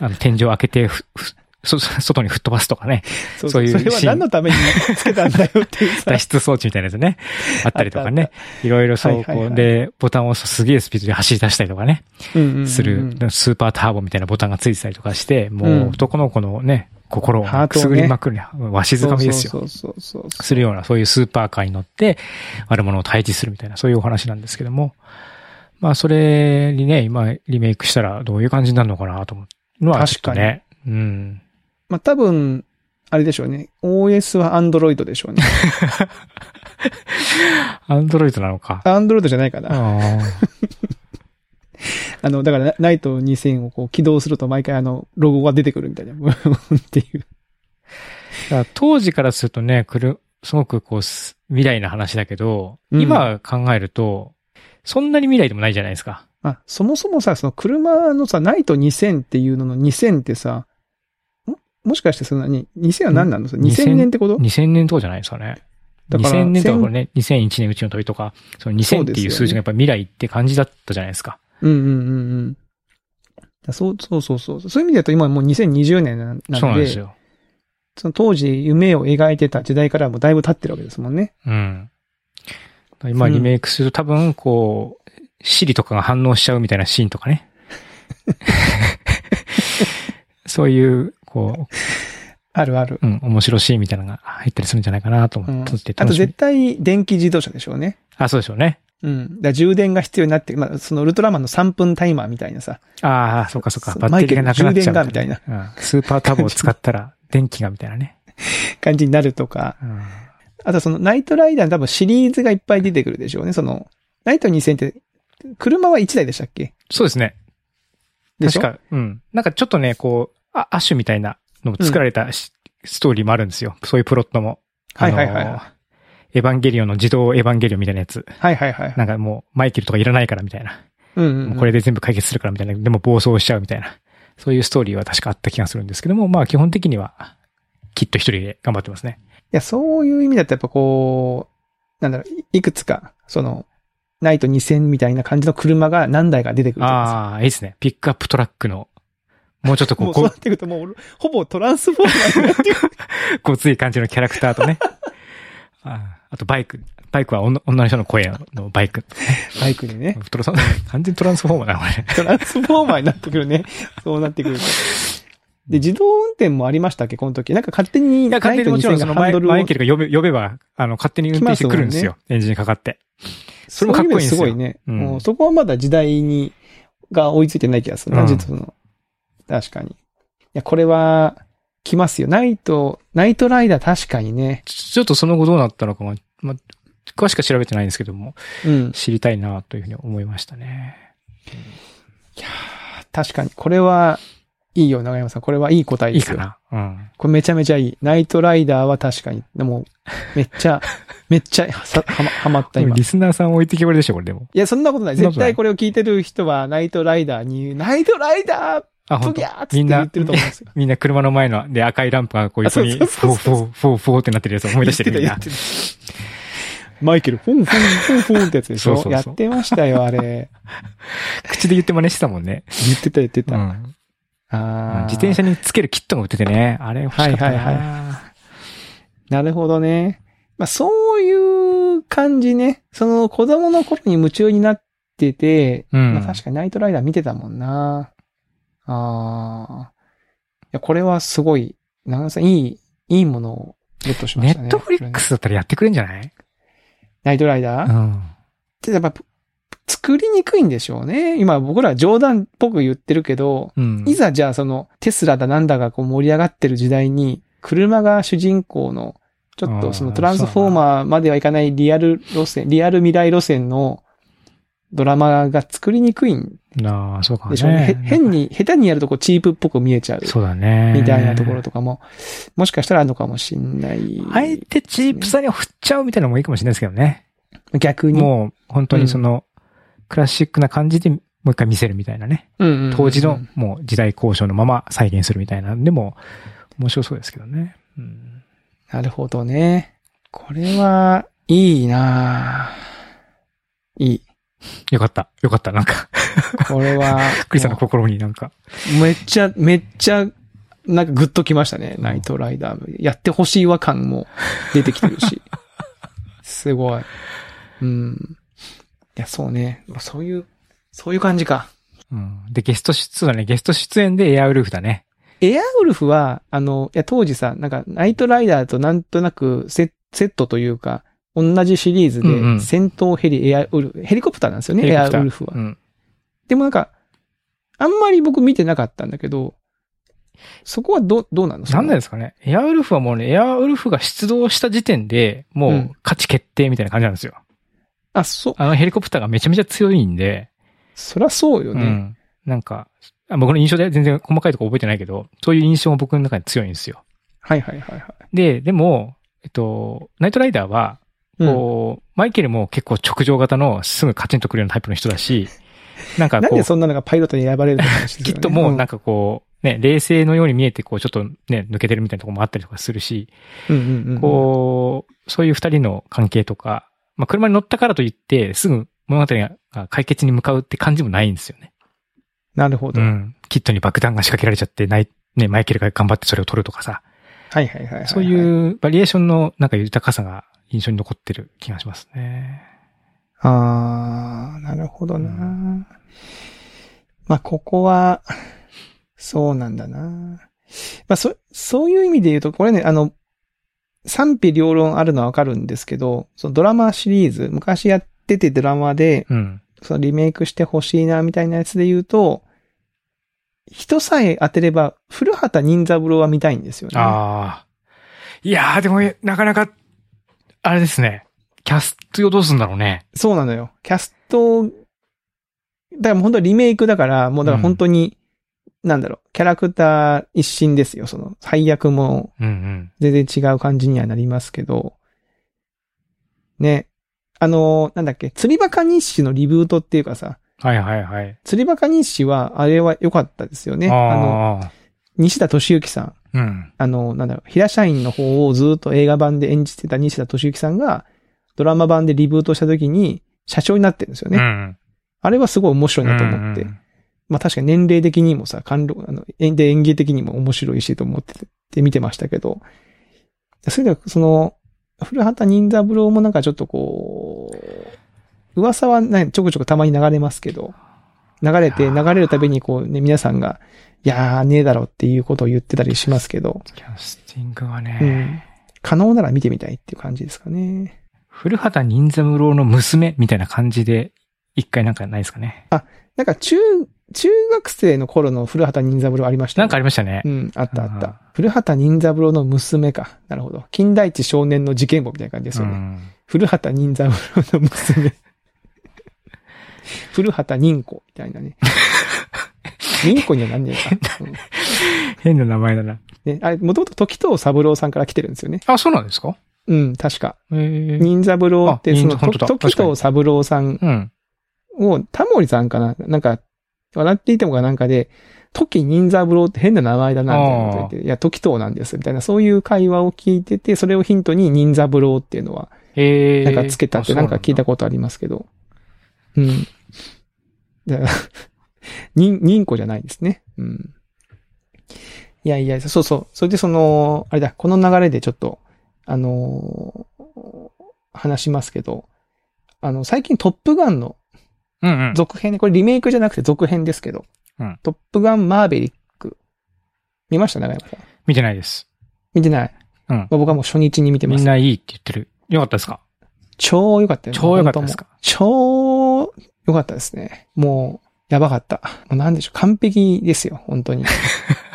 Speaker 1: あの、天井を開けて、ふ、ふ、そ、外に吹っ飛ばすと かね、
Speaker 2: そう
Speaker 1: そういう
Speaker 2: それは
Speaker 1: シーン
Speaker 2: 何のためにつけたんだよって いうさ
Speaker 1: 脱出装置みたいなやつね、あったりとかね、いろいろそう、
Speaker 2: はいはいは
Speaker 1: こ、
Speaker 2: いう
Speaker 1: で、ボタンを押すとすげえスピードで走り出したりとかね、
Speaker 2: うんうんうんうん
Speaker 1: する、スーパーターボみたいなボタンがついてたりとかして、も
Speaker 2: うん
Speaker 1: う男の子のね、心を
Speaker 2: ハート
Speaker 1: く
Speaker 2: をね
Speaker 1: すぐりまくる、わしづかみですよ。
Speaker 2: そうそうそうそう
Speaker 1: するような、そういうスーパーカーに乗って、悪者を退治するみたいな、そういうお話なんですけども。まあ、それにね、今、リメイクしたらどういう感じになるのかなと思うのは、ちょっとね。うん。
Speaker 2: まあ、多分、あれでしょうね。OS は Android でし ょうね。
Speaker 1: アンドロイドなのか。
Speaker 2: Android じゃないかな。
Speaker 1: あー
Speaker 2: あの、だから、ナイト2000をこう起動すると毎回あの、ロゴが出てくるみたいな。 ブーンっていう。
Speaker 1: だから当時からするとね、くる、すごくこう、す未来の話だけど、
Speaker 2: うん
Speaker 1: 今考えると、そんなに未来でもないじゃないですか。
Speaker 2: あ、そもそもさ、その車のさ、ナイト2000っていうのの2000ってさ、んもしかしてその何 ?2000 は何なのそれ ?2000 年ってこと
Speaker 1: 2000年とかじゃないですかね。
Speaker 2: だから
Speaker 1: 2000年とかこれね、2001年うちの鳥とか、その
Speaker 2: そう
Speaker 1: 2000
Speaker 2: で
Speaker 1: っ
Speaker 2: す
Speaker 1: てい
Speaker 2: よね
Speaker 1: う数字がやっぱ未来って感じだったじゃないですか。
Speaker 2: うんうんうんうん。だそう、そうそうそう。そういう意味でだと今もう2020年なんで、
Speaker 1: そうなんですよ。
Speaker 2: その当時夢を描いてた時代からもうだいぶ経ってるわけですもんね。
Speaker 1: うん。だから今
Speaker 2: うん
Speaker 1: リメイクすると多分、こう、シリとかが反応しちゃうみたいなシーンとか ね。そういう、こ
Speaker 2: あるある。
Speaker 1: う、うん、面白シーンみたいなのが入ったりするんじゃないかなと
Speaker 2: う
Speaker 1: 思っ
Speaker 2: ん、あ
Speaker 1: て、
Speaker 2: と
Speaker 1: 楽しみ
Speaker 2: 絶対電気自動車でしょうね。
Speaker 1: あ、そうでしょうね。
Speaker 2: うん。だから充電が必要になって、まあ、そのウルトラマンの3分タイマーみたいなさ。
Speaker 1: ああ、そうかそうか。
Speaker 2: そう
Speaker 1: バッテリーがなくなっちゃう
Speaker 2: マイケル充電が
Speaker 1: うんスーパータブを使ったら電気がみたいなね。
Speaker 2: 感じになるとか。
Speaker 1: うん
Speaker 2: あとそのナイトライダーの多分シリーズがいっぱい出てくるでしょうね。その、ナイト2000って、車は1台でしたっけ
Speaker 1: そうですね。
Speaker 2: でしょ
Speaker 1: 確か、うん。なんかちょっとね、こう、あアッシュみたいなのも作られたし、ストーリーもあるんですよ。そういうプロットも。
Speaker 2: はいはい
Speaker 1: あ
Speaker 2: はいはい
Speaker 1: のーエヴァンゲリオンの自動エヴァンゲリオンみたいなやつ。
Speaker 2: はいはいはい。
Speaker 1: なんかもう、マイケルとかいらないからみたいな。
Speaker 2: うんうん、う
Speaker 1: も
Speaker 2: ん。
Speaker 1: うこれで全部解決するからみたいな。でも暴走しちゃうみたいな。そういうストーリーは確かあった気がするんですけども、まあ基本的には、きっと一人で頑張ってますね。
Speaker 2: いや、そういう意味だとやっぱこう、なんだろう、いいくつか、その、ナイト2000みたいな感じの車が何台か出てくるじゃないですか。
Speaker 1: ああ、いいですね。ピックアップトラックの、もうちょっとこ
Speaker 2: も
Speaker 1: う
Speaker 2: うそう
Speaker 1: ご
Speaker 2: なっ、てくるともう、ほぼトランスフォーマー になってくる
Speaker 1: ごつい感じのキャラクター とね。あーあとバイク。バイクは女女の人の声のバイク。
Speaker 2: バイクに ね。
Speaker 1: トラ完全にトランスフォーマーだな、これ。
Speaker 2: トランスフォーマーになってくるね。そうなってくると。で、自動運転もありましたっけこの時。なんか勝手に
Speaker 1: いや、
Speaker 2: ナ
Speaker 1: 勝手に
Speaker 2: イト
Speaker 1: もちろんそ
Speaker 2: 2000
Speaker 1: の
Speaker 2: が
Speaker 1: マ
Speaker 2: ハン
Speaker 1: イ
Speaker 2: ドルを
Speaker 1: マイケルが呼べ呼べば、あの、勝手に運転してくるんですよ。エンジンかかって。それもかっこいいんですよ
Speaker 2: そうう意味はすごいね。
Speaker 1: うん
Speaker 2: もうそこはまだ時代に、が追いついてない気がするな、
Speaker 1: うん
Speaker 2: 実の。確かに。いや、これは、来ますよ。ナイト、ナイトライダー確かにね。
Speaker 1: ちちょっとその後どうなったのかが、まあ、詳しくは調べてないんですけども、
Speaker 2: うん。
Speaker 1: 知りたいなというふうに思いましたね。
Speaker 2: 確かに。これは、いいよ、長山さん。これはいい答え
Speaker 1: い
Speaker 2: で
Speaker 1: いか
Speaker 2: すよ。
Speaker 1: な。うん。
Speaker 2: これめちゃめちゃいい。ナイトライダーは確かに。でも、めっちゃ、 めっちゃさはま、はまった今。
Speaker 1: リスナーさん置いてきぼりでしょ、これでも。
Speaker 2: いや、そんなことない。
Speaker 1: そんなこ
Speaker 2: 絶
Speaker 1: とない
Speaker 2: 対これを聞いてる人は、ナイトライダーに、ナイトライダー
Speaker 1: あ、
Speaker 2: ブ
Speaker 1: 本
Speaker 2: ギ
Speaker 1: 当。
Speaker 2: ャーっつって言ってると思うんですよ。
Speaker 1: みんな車の前の、で赤いランプがこう横に、フ
Speaker 2: あそ
Speaker 1: ォ
Speaker 2: うそう
Speaker 1: ーフ
Speaker 2: そう
Speaker 1: ォ
Speaker 2: そ
Speaker 1: ー、フォーフォーってなってるやつを思い出してるみん
Speaker 2: 言っ
Speaker 1: な
Speaker 2: て。た言ってたマイケル、フォンフォンフォンフォンってやつでしょ
Speaker 1: そうそうそう
Speaker 2: やってましたよ、あれ。
Speaker 1: 口で言って真似してたもんね。
Speaker 2: 言ってた言ってた。
Speaker 1: う
Speaker 2: あ
Speaker 1: ん。
Speaker 2: あー
Speaker 1: 自転車につけるキットが売っててね。あれ欲しかったな。
Speaker 2: はいはいなるほどね。まあ、そういう感じね。その子供の頃に夢中になってて、
Speaker 1: うん。
Speaker 2: まあ確かにナイトライダー見てたもんな。ああ。いや、これはすごい、長野さん、いい、いいものをゲットしま
Speaker 1: ネ
Speaker 2: したね。
Speaker 1: ットフリックスだったらやってくれんじゃない
Speaker 2: ナイトライダー
Speaker 1: うん。
Speaker 2: ってやっぱ、作りにくいんでしょうね。今僕ら冗談っぽく言ってるけど、
Speaker 1: うん。
Speaker 2: いざじゃあそのテスラだなんだがこう盛り上がってる時代に、車が主人公の、ちょっとそのトランスフォーマーまではいかないリアル路線、リアル未来路線のドラマが作りにくいん
Speaker 1: なあ、そうかね。
Speaker 2: でしょうね。へ変に、下手にやるとこうチープっぽく見えちゃう。
Speaker 1: そうだね。
Speaker 2: みたいなところとかも、もしかしたらあるのかもしんない。
Speaker 1: あえてチープさに振っちゃうみたいなのもいいかもしれないですけどね。
Speaker 2: 逆に。
Speaker 1: もう、本当にその、クラシックな感じでもう一回見せるみたいなね。
Speaker 2: うんうんうん
Speaker 1: 当時のもう時代交渉のまま再現するみたいなんでも、面白そうですけどね。うん。
Speaker 2: なるほどね。これは、いいなぁいい。
Speaker 1: よかった。よかった。なんか、、
Speaker 2: これは
Speaker 1: クリスさんの心になんか。
Speaker 2: もうめっちゃ、めっちゃ、なんかグッときましたね。ナイトライダー。やってほしいわ感も出てきて るし。すごい。うん。いや、そうね。まあそういう、そういう感じか。
Speaker 1: うん。で、ゲスト出、そうだね。ゲスト出演でエアウルフだね。
Speaker 2: エアウルフは、あの、いや、当時さ、なんか、ナイトライダーとなんとなくセセットというか、同じシリーズ
Speaker 1: うんう
Speaker 2: で、
Speaker 1: ん
Speaker 2: 戦闘ヘリ、エアウルフ、ヘリコプターなんですよね、
Speaker 1: ヘリ
Speaker 2: エ
Speaker 1: コ
Speaker 2: ア
Speaker 1: プター
Speaker 2: ウルフは
Speaker 1: う。ん。
Speaker 2: でもなんか、あんまり僕見てなかったんだけど、そこはど、どうなの
Speaker 1: なんなんですすかね。エアウルフはもうね、エアウルフが出動した時点で、も
Speaker 2: うん
Speaker 1: う勝ち決定みたいな感じなんですよ。
Speaker 2: あ、そ、
Speaker 1: あのヘリコプターがめちゃめちゃ強いんで、
Speaker 2: そらそうよ
Speaker 1: う
Speaker 2: ね。
Speaker 1: ん。なんか、あ僕の印象で全然細かいとこ覚えてないけど、そういう印象も僕の中で強いんですよ。
Speaker 2: はいはいはいはい。
Speaker 1: で、でも、えっと、ナイトライダーは、
Speaker 2: うん
Speaker 1: こう、マイケルも結構直上型のすぐカチンとくるようなタイプの人だ し、なんか
Speaker 2: なん
Speaker 1: こ
Speaker 2: で
Speaker 1: う、
Speaker 2: そんなのがパイロットに選ばれるのかもしれな
Speaker 1: き
Speaker 2: い
Speaker 1: っともうなんんかこう、ね、冷静のように見えて、こう、ちょっとね、抜けてるみたいなとこもあったりとかするし、
Speaker 2: うんうんうん。
Speaker 1: こう、そういう二人の関係とか、まあ、車に乗ったからといって、すぐ物語が解決に向かうって感じもないんですよね。
Speaker 2: なるほ
Speaker 1: う
Speaker 2: ど。はい
Speaker 1: ん。キットに爆弾が仕掛けられちゃって、ない、ね、マイケルが頑張ってそれを取るとかさ、
Speaker 2: はいはいはい。
Speaker 1: そう
Speaker 2: う。
Speaker 1: いうバリエーションのなんか豊かさが印象に残ってる気がしますね。
Speaker 2: あー、なるほどな。
Speaker 1: う
Speaker 2: まあ、ここは、そうなんだな。まあ、そ、そういう意味で言うと、これね、あの、賛否両論あるのはわかるんですけど、そのドラマシリーズ、昔やっててドラマで、
Speaker 1: うん。
Speaker 2: そのリメイクしてほしいな、みたいなやつで言うと、人さえ当てれば、古畑任三郎は見たいんですよね。
Speaker 1: ああ。いやー、でも、なかなか、あれですね。キャストをどうすんだろうね。
Speaker 2: そうなのよ。キャスト、だからもう本当にリメイクだから、もうだから本当に、なんだろう、キャラクター一新ですよ。その、配役も
Speaker 1: うんうん。
Speaker 2: 全然違う感じにはなりますけど、ね。あの、なんだっけ、釣りバカ日誌のリブートっていうかさ、
Speaker 1: はいはいはい。
Speaker 2: 釣りバカ日誌は、あれは良かったですよね。あの、
Speaker 1: あ
Speaker 2: 西田敏行さん。
Speaker 1: あ。うん。
Speaker 2: あの、なんだろう、平社員の方をずっと映画版で演じてた西田敏行さんが、ドラマ版でリブートした時に、社長になってるんですよね。
Speaker 1: うん。
Speaker 2: あれはすごい面白いなと思って。
Speaker 1: うんうん
Speaker 2: まあ確かに年齢的にもさ、感動、あの、演で演技的にも面白いしと思っててで見てましたけど。それでは、その、古畑任三郎もなんかちょっとこう、噂はね、ちょくちょくたまに流れますけど、流れて、流れるたびにこうね、皆さんが、いやーねえだろっていうことを言ってたりしますけど、
Speaker 1: キャスティングは
Speaker 2: うん
Speaker 1: ね、。
Speaker 2: 可能なら見てみたいっていう感じですかね。
Speaker 1: 古畑任三郎の娘みたいな感じで、一回なんかないですかね。
Speaker 2: なんか中、中学生の頃の古畑任三郎ありました
Speaker 1: な
Speaker 2: よ
Speaker 1: ん
Speaker 2: ね
Speaker 1: かありましたね
Speaker 2: う。ん、あったあっ
Speaker 1: うん
Speaker 2: た。古畑任三郎の娘か。なるほど。近代一少年の事件簿みたいな感じですよね。
Speaker 1: ん
Speaker 2: 古畑任三郎の娘。古畑任子みたいなね。任子にはなんねえか。うん
Speaker 1: 変な名前だな。
Speaker 2: ね、あれ、もともと時藤三郎さんから来てるんですよね。
Speaker 1: あ、そうなんですか
Speaker 2: うん、確か。
Speaker 1: ええ
Speaker 2: 任三郎って、
Speaker 1: あ
Speaker 2: その、
Speaker 1: 任本当だ
Speaker 2: と
Speaker 1: 確
Speaker 2: 時
Speaker 1: かに
Speaker 2: 藤三郎さん
Speaker 1: うん。
Speaker 2: を、タモリさんかななんか、笑っていてもかなんかで、時任三郎って変な名前だな、みたいなこと言って、いや、時藤なんです、みたいな、そういう会話を聞いてて、それをヒントに任三郎っていうのは、
Speaker 1: ええ
Speaker 2: なんかつけたってなんか聞いたことありますけど。うん。だ から、人、人子じゃないですね。うん。いやいや、そうそう。それでその、あれだ、この流れでちょっと、あのー話しますけど、あの、最近トップガンの
Speaker 1: あそうなんだうんうん。
Speaker 2: 続編で、これリメイクじゃなくて続編ですけど、
Speaker 1: うん
Speaker 2: トップガンマーベリック。見ました長山さん。
Speaker 1: 見てないです。
Speaker 2: 見てない。
Speaker 1: うん
Speaker 2: まあ僕はもう初日に見てま
Speaker 1: み
Speaker 2: す。
Speaker 1: んないいって言ってる。よかったですか
Speaker 2: 超良かったよ
Speaker 1: 超良かったですか
Speaker 2: 本当もう超良かったですね。もう、やばかった。もうなんでしょう、完璧ですよ、本 当に。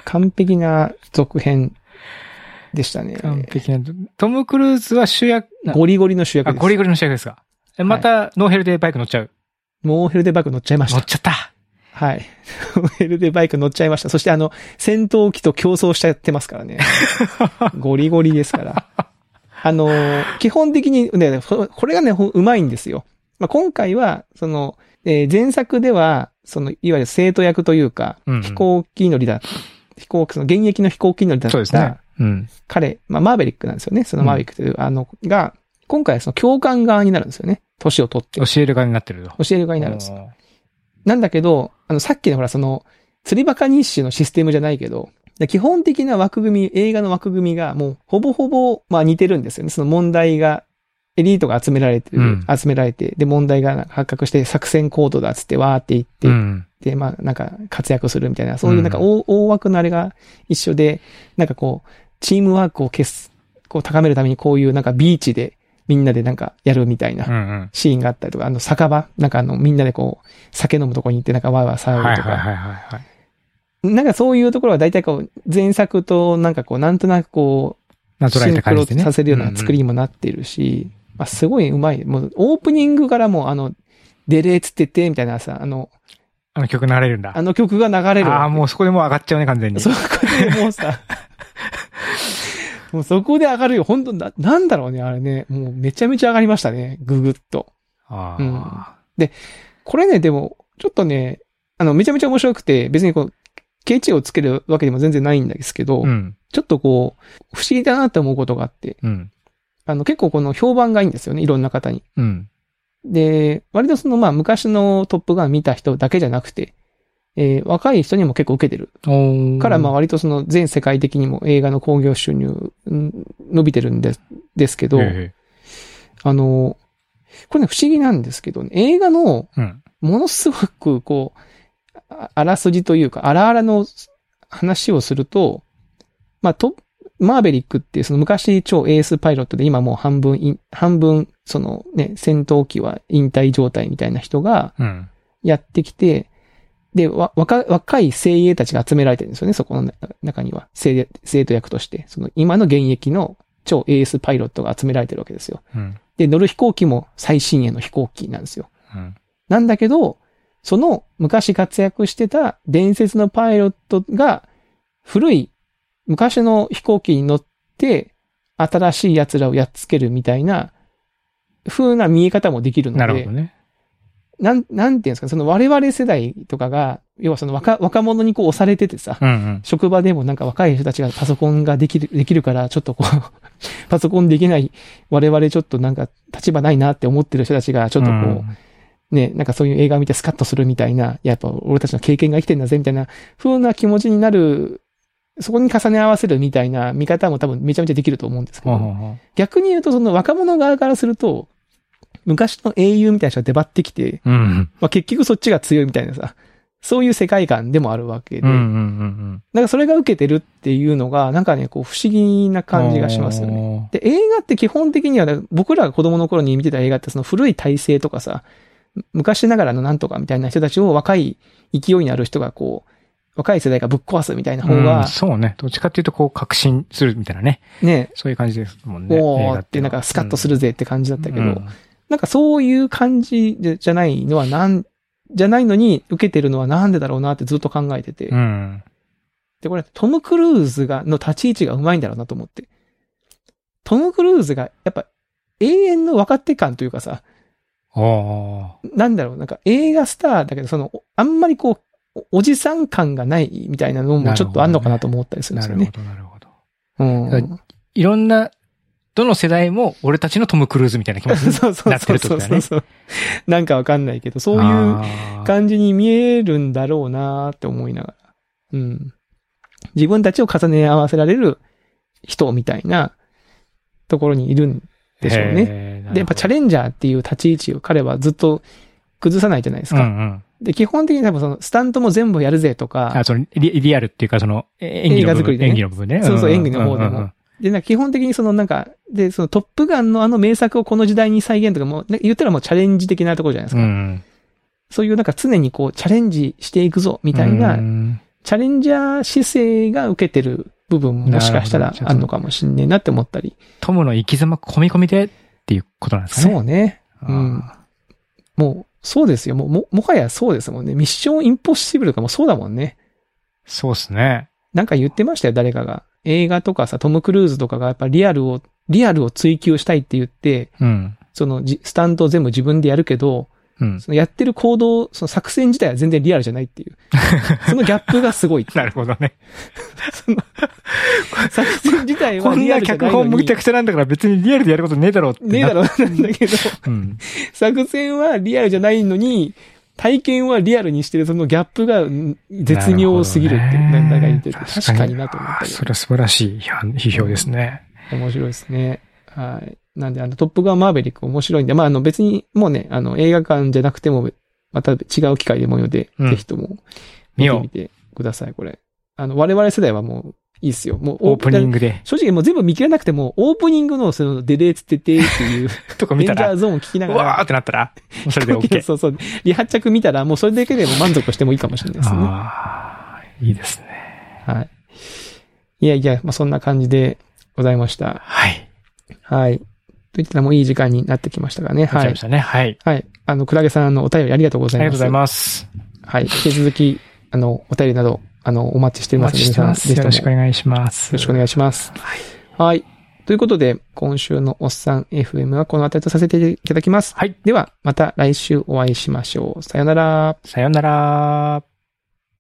Speaker 2: 完璧な続編でしたね。
Speaker 1: 完璧な。トム・クルーズは主役、
Speaker 2: ゴリゴリの主役
Speaker 1: あ、
Speaker 2: です。
Speaker 1: ゴリゴリの主役ですかえ、また、ノーヘルでバイク乗っちゃう。
Speaker 2: もうヘルデバイク乗っちゃいまし。
Speaker 1: 乗ったちゃった。
Speaker 2: はい。 ヘルデバイク乗っちゃいました。そしてあの、戦闘機と競争しちゃってますか らね。ゴリゴリですから。あのー、基本的に、ね、ほこれがね、ほうまいんですよ。まあ、今回は、その、えー前作では、その、いわゆる生徒役というか、
Speaker 1: うんうん
Speaker 2: 飛行機乗りだ。飛行機、その、現役の飛行機乗りだった。
Speaker 1: そうですね。うん。
Speaker 2: 彼、まあ、マーベリックなんですよね。そのマーベリックという、あの、が、今回はその教官側になるんですよね。年を取って。
Speaker 1: 教える側になってると。
Speaker 2: 教える側になるんです。
Speaker 1: おー
Speaker 2: なんだけど、あの、さっきのほら、その、釣りバカ日誌のシステムじゃないけど、で基本的な枠組み、映画の枠組みがもう、ほぼほぼ、まあ似てるんですよね。その問題が、エリートが集められて
Speaker 1: う
Speaker 2: る、
Speaker 1: ん
Speaker 2: 集められて、で、問題が発覚して、作戦行動だっつって、わーって言って、
Speaker 1: うん。
Speaker 2: で、まあ、なんか、活躍するみたいな、そういうなんか
Speaker 1: うん
Speaker 2: 大、大枠のあれが一緒で、なんかこう、チームワークを消す、こう、高めるためにこういうなんかビーチで、みんなでなんかやるみたいな
Speaker 1: うんうん。
Speaker 2: シーンがあったりとか、あの、酒場なんかあの、みんなでこう、酒飲むとこに行って、なんかわーわー騒
Speaker 1: は
Speaker 2: ぐ
Speaker 1: い
Speaker 2: とか、
Speaker 1: はいはいはいはい。
Speaker 2: なんかそういうところは大体こう、前作となんかこう、なんとなくこう、
Speaker 1: なぞら
Speaker 2: シ
Speaker 1: え
Speaker 2: ン
Speaker 1: た
Speaker 2: ク
Speaker 1: 感
Speaker 2: ロ
Speaker 1: じでね。
Speaker 2: させるような作り
Speaker 1: ん
Speaker 2: にもなっているし、まあ、すごいうまい。もう、オープニングからもう、あの、デレーつってて、みたいなさ、あの、
Speaker 1: ん。あの曲流れるんだ。
Speaker 2: あの曲が流れる。
Speaker 1: ああ、もうそこでもう上がっちゃうね、完全に。
Speaker 2: そこでもうさ、もうそこで上がるよ。本当な、なんだろうね、あれね。もうめちゃめちゃ上がりましたね。ぐぐっと。
Speaker 1: あ
Speaker 2: う
Speaker 1: あ。
Speaker 2: これね、でも、ちょっとね、あの、めちゃめちゃ面白くて、別にこう、ケチをつけるわけでも全然ないんですけど、
Speaker 1: うん。
Speaker 2: ちょっとこう、不思議だなって思うことがあって、
Speaker 1: うん。
Speaker 2: あの、結構この評判がいいんですよね、いろんな方に。
Speaker 1: うん。
Speaker 2: で、割とその、まあ、昔のトップガン見た人だけじゃなくて、えー若い人にも結構受けてる。
Speaker 1: おー
Speaker 2: から、まあ、割とその、全世界的にも映画の興行収入、うん伸びてるんです、ですけど、
Speaker 1: え
Speaker 2: あの、これね、不思議なんですけどね、映画の、
Speaker 1: えうん。
Speaker 2: ものすごく、こう、ああらすじというか、あらあらの話をすると、まあ、と、マーベリックって、その昔超エースパイロットで、今もう半分い、半分、そのね、戦闘機は引退状態みたいな人が
Speaker 1: うん。
Speaker 2: やってきて、で、わ、若、若い精鋭たちが集められてるんですよね、そこの中中には。精鋭、生徒役として。その、今の現役の超エースパイロットが集められてるわけですよ。
Speaker 1: うん。
Speaker 2: で、乗る飛行機も最新鋭の飛行機なんですよ。
Speaker 1: うん。
Speaker 2: なんだけど、その昔活躍してた伝説のパイロットが古い昔の飛行機に乗って新しい奴らをやっつけるみたいな風な見え方もできるので、
Speaker 1: なるほどね。
Speaker 2: なん、なんていうんですか、その我々世代とかが、要はその若若者にこう押されててさ、
Speaker 1: うんうん。
Speaker 2: 職場でもなんか若い人たちがパソコンができる、できるから、ちょっとこう、 パソコンできない我々ちょっとなんか立場ないなって思ってる人たちがちょっとこう、
Speaker 1: ん
Speaker 2: ね、なんかそういう映画を見てスカッとするみたいな、やっぱ俺たちの経験が生きてんだぜみたいな風な気持ちになる、そこに重ね合わせるみたいな見方も多分めちゃめちゃできると思うんですけ
Speaker 1: ほうほ
Speaker 2: ど、
Speaker 1: うほ
Speaker 2: 逆に言うとその若者側からすると、昔の英雄みたいな人が出張ってきて、
Speaker 1: ううん。
Speaker 2: まあ、結局そっちが強いみたいなさ、そういう世界観でもあるわけで、
Speaker 1: うんうんうん
Speaker 2: だ
Speaker 1: うん。
Speaker 2: からそれが受けてるっていうのが、なんかね、こう不思議な感じがしますよね。
Speaker 1: ね。
Speaker 2: で、映画って基本的にはね、僕らが子供の頃に見てた映画ってその古い体制とかさ、昔ながらのなんとかみたいな人たちを若い勢いにある人がこう、若い世代がぶっ壊すみたいな方
Speaker 1: うん
Speaker 2: が、
Speaker 1: そうね。どっちかっていうと、こう、確信するみたいなね。
Speaker 2: ね、
Speaker 1: そういう感じですもんね。
Speaker 2: お
Speaker 1: 映
Speaker 2: ー
Speaker 1: 画
Speaker 2: ってなんかスカッとす
Speaker 1: る
Speaker 2: るぜって感じだったけど、
Speaker 1: うん
Speaker 2: なんかそういう感じでじゃないのはなん、じゃないのに受けてるのはなんでだろうなってずっと考えてて、
Speaker 1: うん。
Speaker 2: で、これトム・クルーズが、の立ち位置がうまいんだろうなと思って。トム・クルーズがやっぱ永遠の若手感というかさ、
Speaker 1: おー
Speaker 2: なんだろう、なんか映画スターだけど、その、おあんまりこう、おおじさん感がないみたいなのもちょっとあんのかなと思ったりするんで
Speaker 1: なるほ
Speaker 2: すよね。
Speaker 1: ど、なるほど。
Speaker 2: うん。
Speaker 1: いろんな、どの世代も俺たちのトム・クルーズみたいな気持ちに
Speaker 2: そうそう
Speaker 1: なって
Speaker 2: そ
Speaker 1: る
Speaker 2: う
Speaker 1: ってことだ
Speaker 2: そうそ
Speaker 1: ね
Speaker 2: うそう。なんかわかんないけど、そういう
Speaker 1: あー
Speaker 2: 感じに見えるんだろうなって思いながら。うん。自分たちを重ね合わせられる人みたいなところにいるんでしょ
Speaker 1: へ
Speaker 2: うね。
Speaker 1: ーなるほど
Speaker 2: で、やっぱチャレンジャーっていう立ち位置を彼はずっと崩さないじゃないですか。
Speaker 1: うんうん。
Speaker 2: で、基本的に多分その、スタントも全部やるぜとか、
Speaker 1: あ、そのリ、リアルっていうか、その、え演技の
Speaker 2: 映画
Speaker 1: 部
Speaker 2: 作
Speaker 1: 分
Speaker 2: りでね
Speaker 1: 演技の部分ね。
Speaker 2: そうそうん演技の方でも
Speaker 1: うんうん
Speaker 2: で、なんか基本的にそのなんか、で、そのトップガンのあの名作をこの時代に再現とかも、ね言ったらもうチャレンジ的なところじゃないです
Speaker 1: う
Speaker 2: か。
Speaker 1: ん。
Speaker 2: そういうなんか常にこうチャレンジしていくぞみ
Speaker 1: み
Speaker 2: たいな、チャレンジャー姿勢が受けてる部分ももしかした
Speaker 1: な
Speaker 2: ら
Speaker 1: るほど
Speaker 2: あるのかもしんねえなって思ったり。
Speaker 1: トムの生き様込み込みでっていうことなんですかね。
Speaker 2: そうね。うん
Speaker 1: あ
Speaker 2: もう、そうですよ。もう、も、もはやそうですもんね。ミッションインポッシブルかもそうだもんね。
Speaker 1: ーそうですね。
Speaker 2: なんか言ってましたよ、誰かが。映画とかさ、トム・クルーズとかがやっぱリアルを、リアルを追求したいって言って、
Speaker 1: うん。
Speaker 2: そのじ、スタントを全部自分でやるけど、
Speaker 1: うん。
Speaker 2: そのやってる行動、その作戦自体は全然リアルじゃな いっていう。そのギャップがすごい。
Speaker 1: なるほどね。
Speaker 2: 作戦自体
Speaker 1: こ
Speaker 2: は
Speaker 1: ん
Speaker 2: リア
Speaker 1: な
Speaker 2: ルじゃ
Speaker 1: 脚
Speaker 2: ないの
Speaker 1: 本
Speaker 2: に。
Speaker 1: むちゃくちゃなんだから別にリアルでやることねえだろうってな
Speaker 2: ねえだろ、なんだけど、
Speaker 1: うん。
Speaker 2: 作戦はリアルじゃないのに、体験はリアルにしてるそのギャップがん絶妙すぎるって、なんだか言ってて、確かになと思った
Speaker 1: あー
Speaker 2: り。
Speaker 1: それは素晴らしい批判批評ですね。
Speaker 2: 面白いですね。はい。なんで、あの、トップガンマーベリック面白いんで、まあ、あの、別に、もうね、あの、映画館じゃなくても、また違う機会でもよで、
Speaker 1: うん
Speaker 2: ぜひとも、
Speaker 1: 見
Speaker 2: 見て
Speaker 1: よ
Speaker 2: みてください、これ。あの、我々世代はもう、いいっすよ。もう
Speaker 1: う。オープニン
Speaker 2: グ。
Speaker 1: グで。
Speaker 2: 正直もう全部見切れなくても、オープニングのその、デデーツテテーっていう、
Speaker 1: とか
Speaker 2: レ
Speaker 1: 見
Speaker 2: ンジ
Speaker 1: た
Speaker 2: ャ
Speaker 1: ら、
Speaker 2: ー
Speaker 1: う
Speaker 2: ゾーンを聞きなが
Speaker 1: わー
Speaker 2: ら、
Speaker 1: ってなったら、もうそれで OK。
Speaker 2: そうそう。リハ着見たら、もうそれだけでも満足してもいいかもしれないですね。
Speaker 1: ああ、いいですね。
Speaker 2: はい。いやいや、まあ、そんな感じでございました。
Speaker 1: はい。
Speaker 2: はい。と言ってたらもういい時間になってきましたかね。
Speaker 1: は。
Speaker 2: はい
Speaker 1: ま
Speaker 2: い
Speaker 1: し。たね。はい。
Speaker 2: はい。あの、クラゲさんあのお便りありがとうご
Speaker 1: あ
Speaker 2: ざ
Speaker 1: り
Speaker 2: い
Speaker 1: が
Speaker 2: ま
Speaker 1: と
Speaker 2: す。
Speaker 1: うございます。
Speaker 2: す。はい。引き続き、あの、お便りなど、あの、お待ちして
Speaker 1: お
Speaker 2: います
Speaker 1: 待
Speaker 2: ので。
Speaker 1: ちしてます。
Speaker 2: 皆
Speaker 1: よ
Speaker 2: さん
Speaker 1: ろ
Speaker 2: ぜ
Speaker 1: し
Speaker 2: ひ
Speaker 1: く
Speaker 2: と
Speaker 1: お
Speaker 2: もよ
Speaker 1: 願いします。
Speaker 2: ろしくお願いします。はい。ということで、今週のおっさん FM はこの辺りとさせていただきます。
Speaker 1: はい。
Speaker 2: では、また来週お会いしましょう。さよなら。
Speaker 1: さよなら。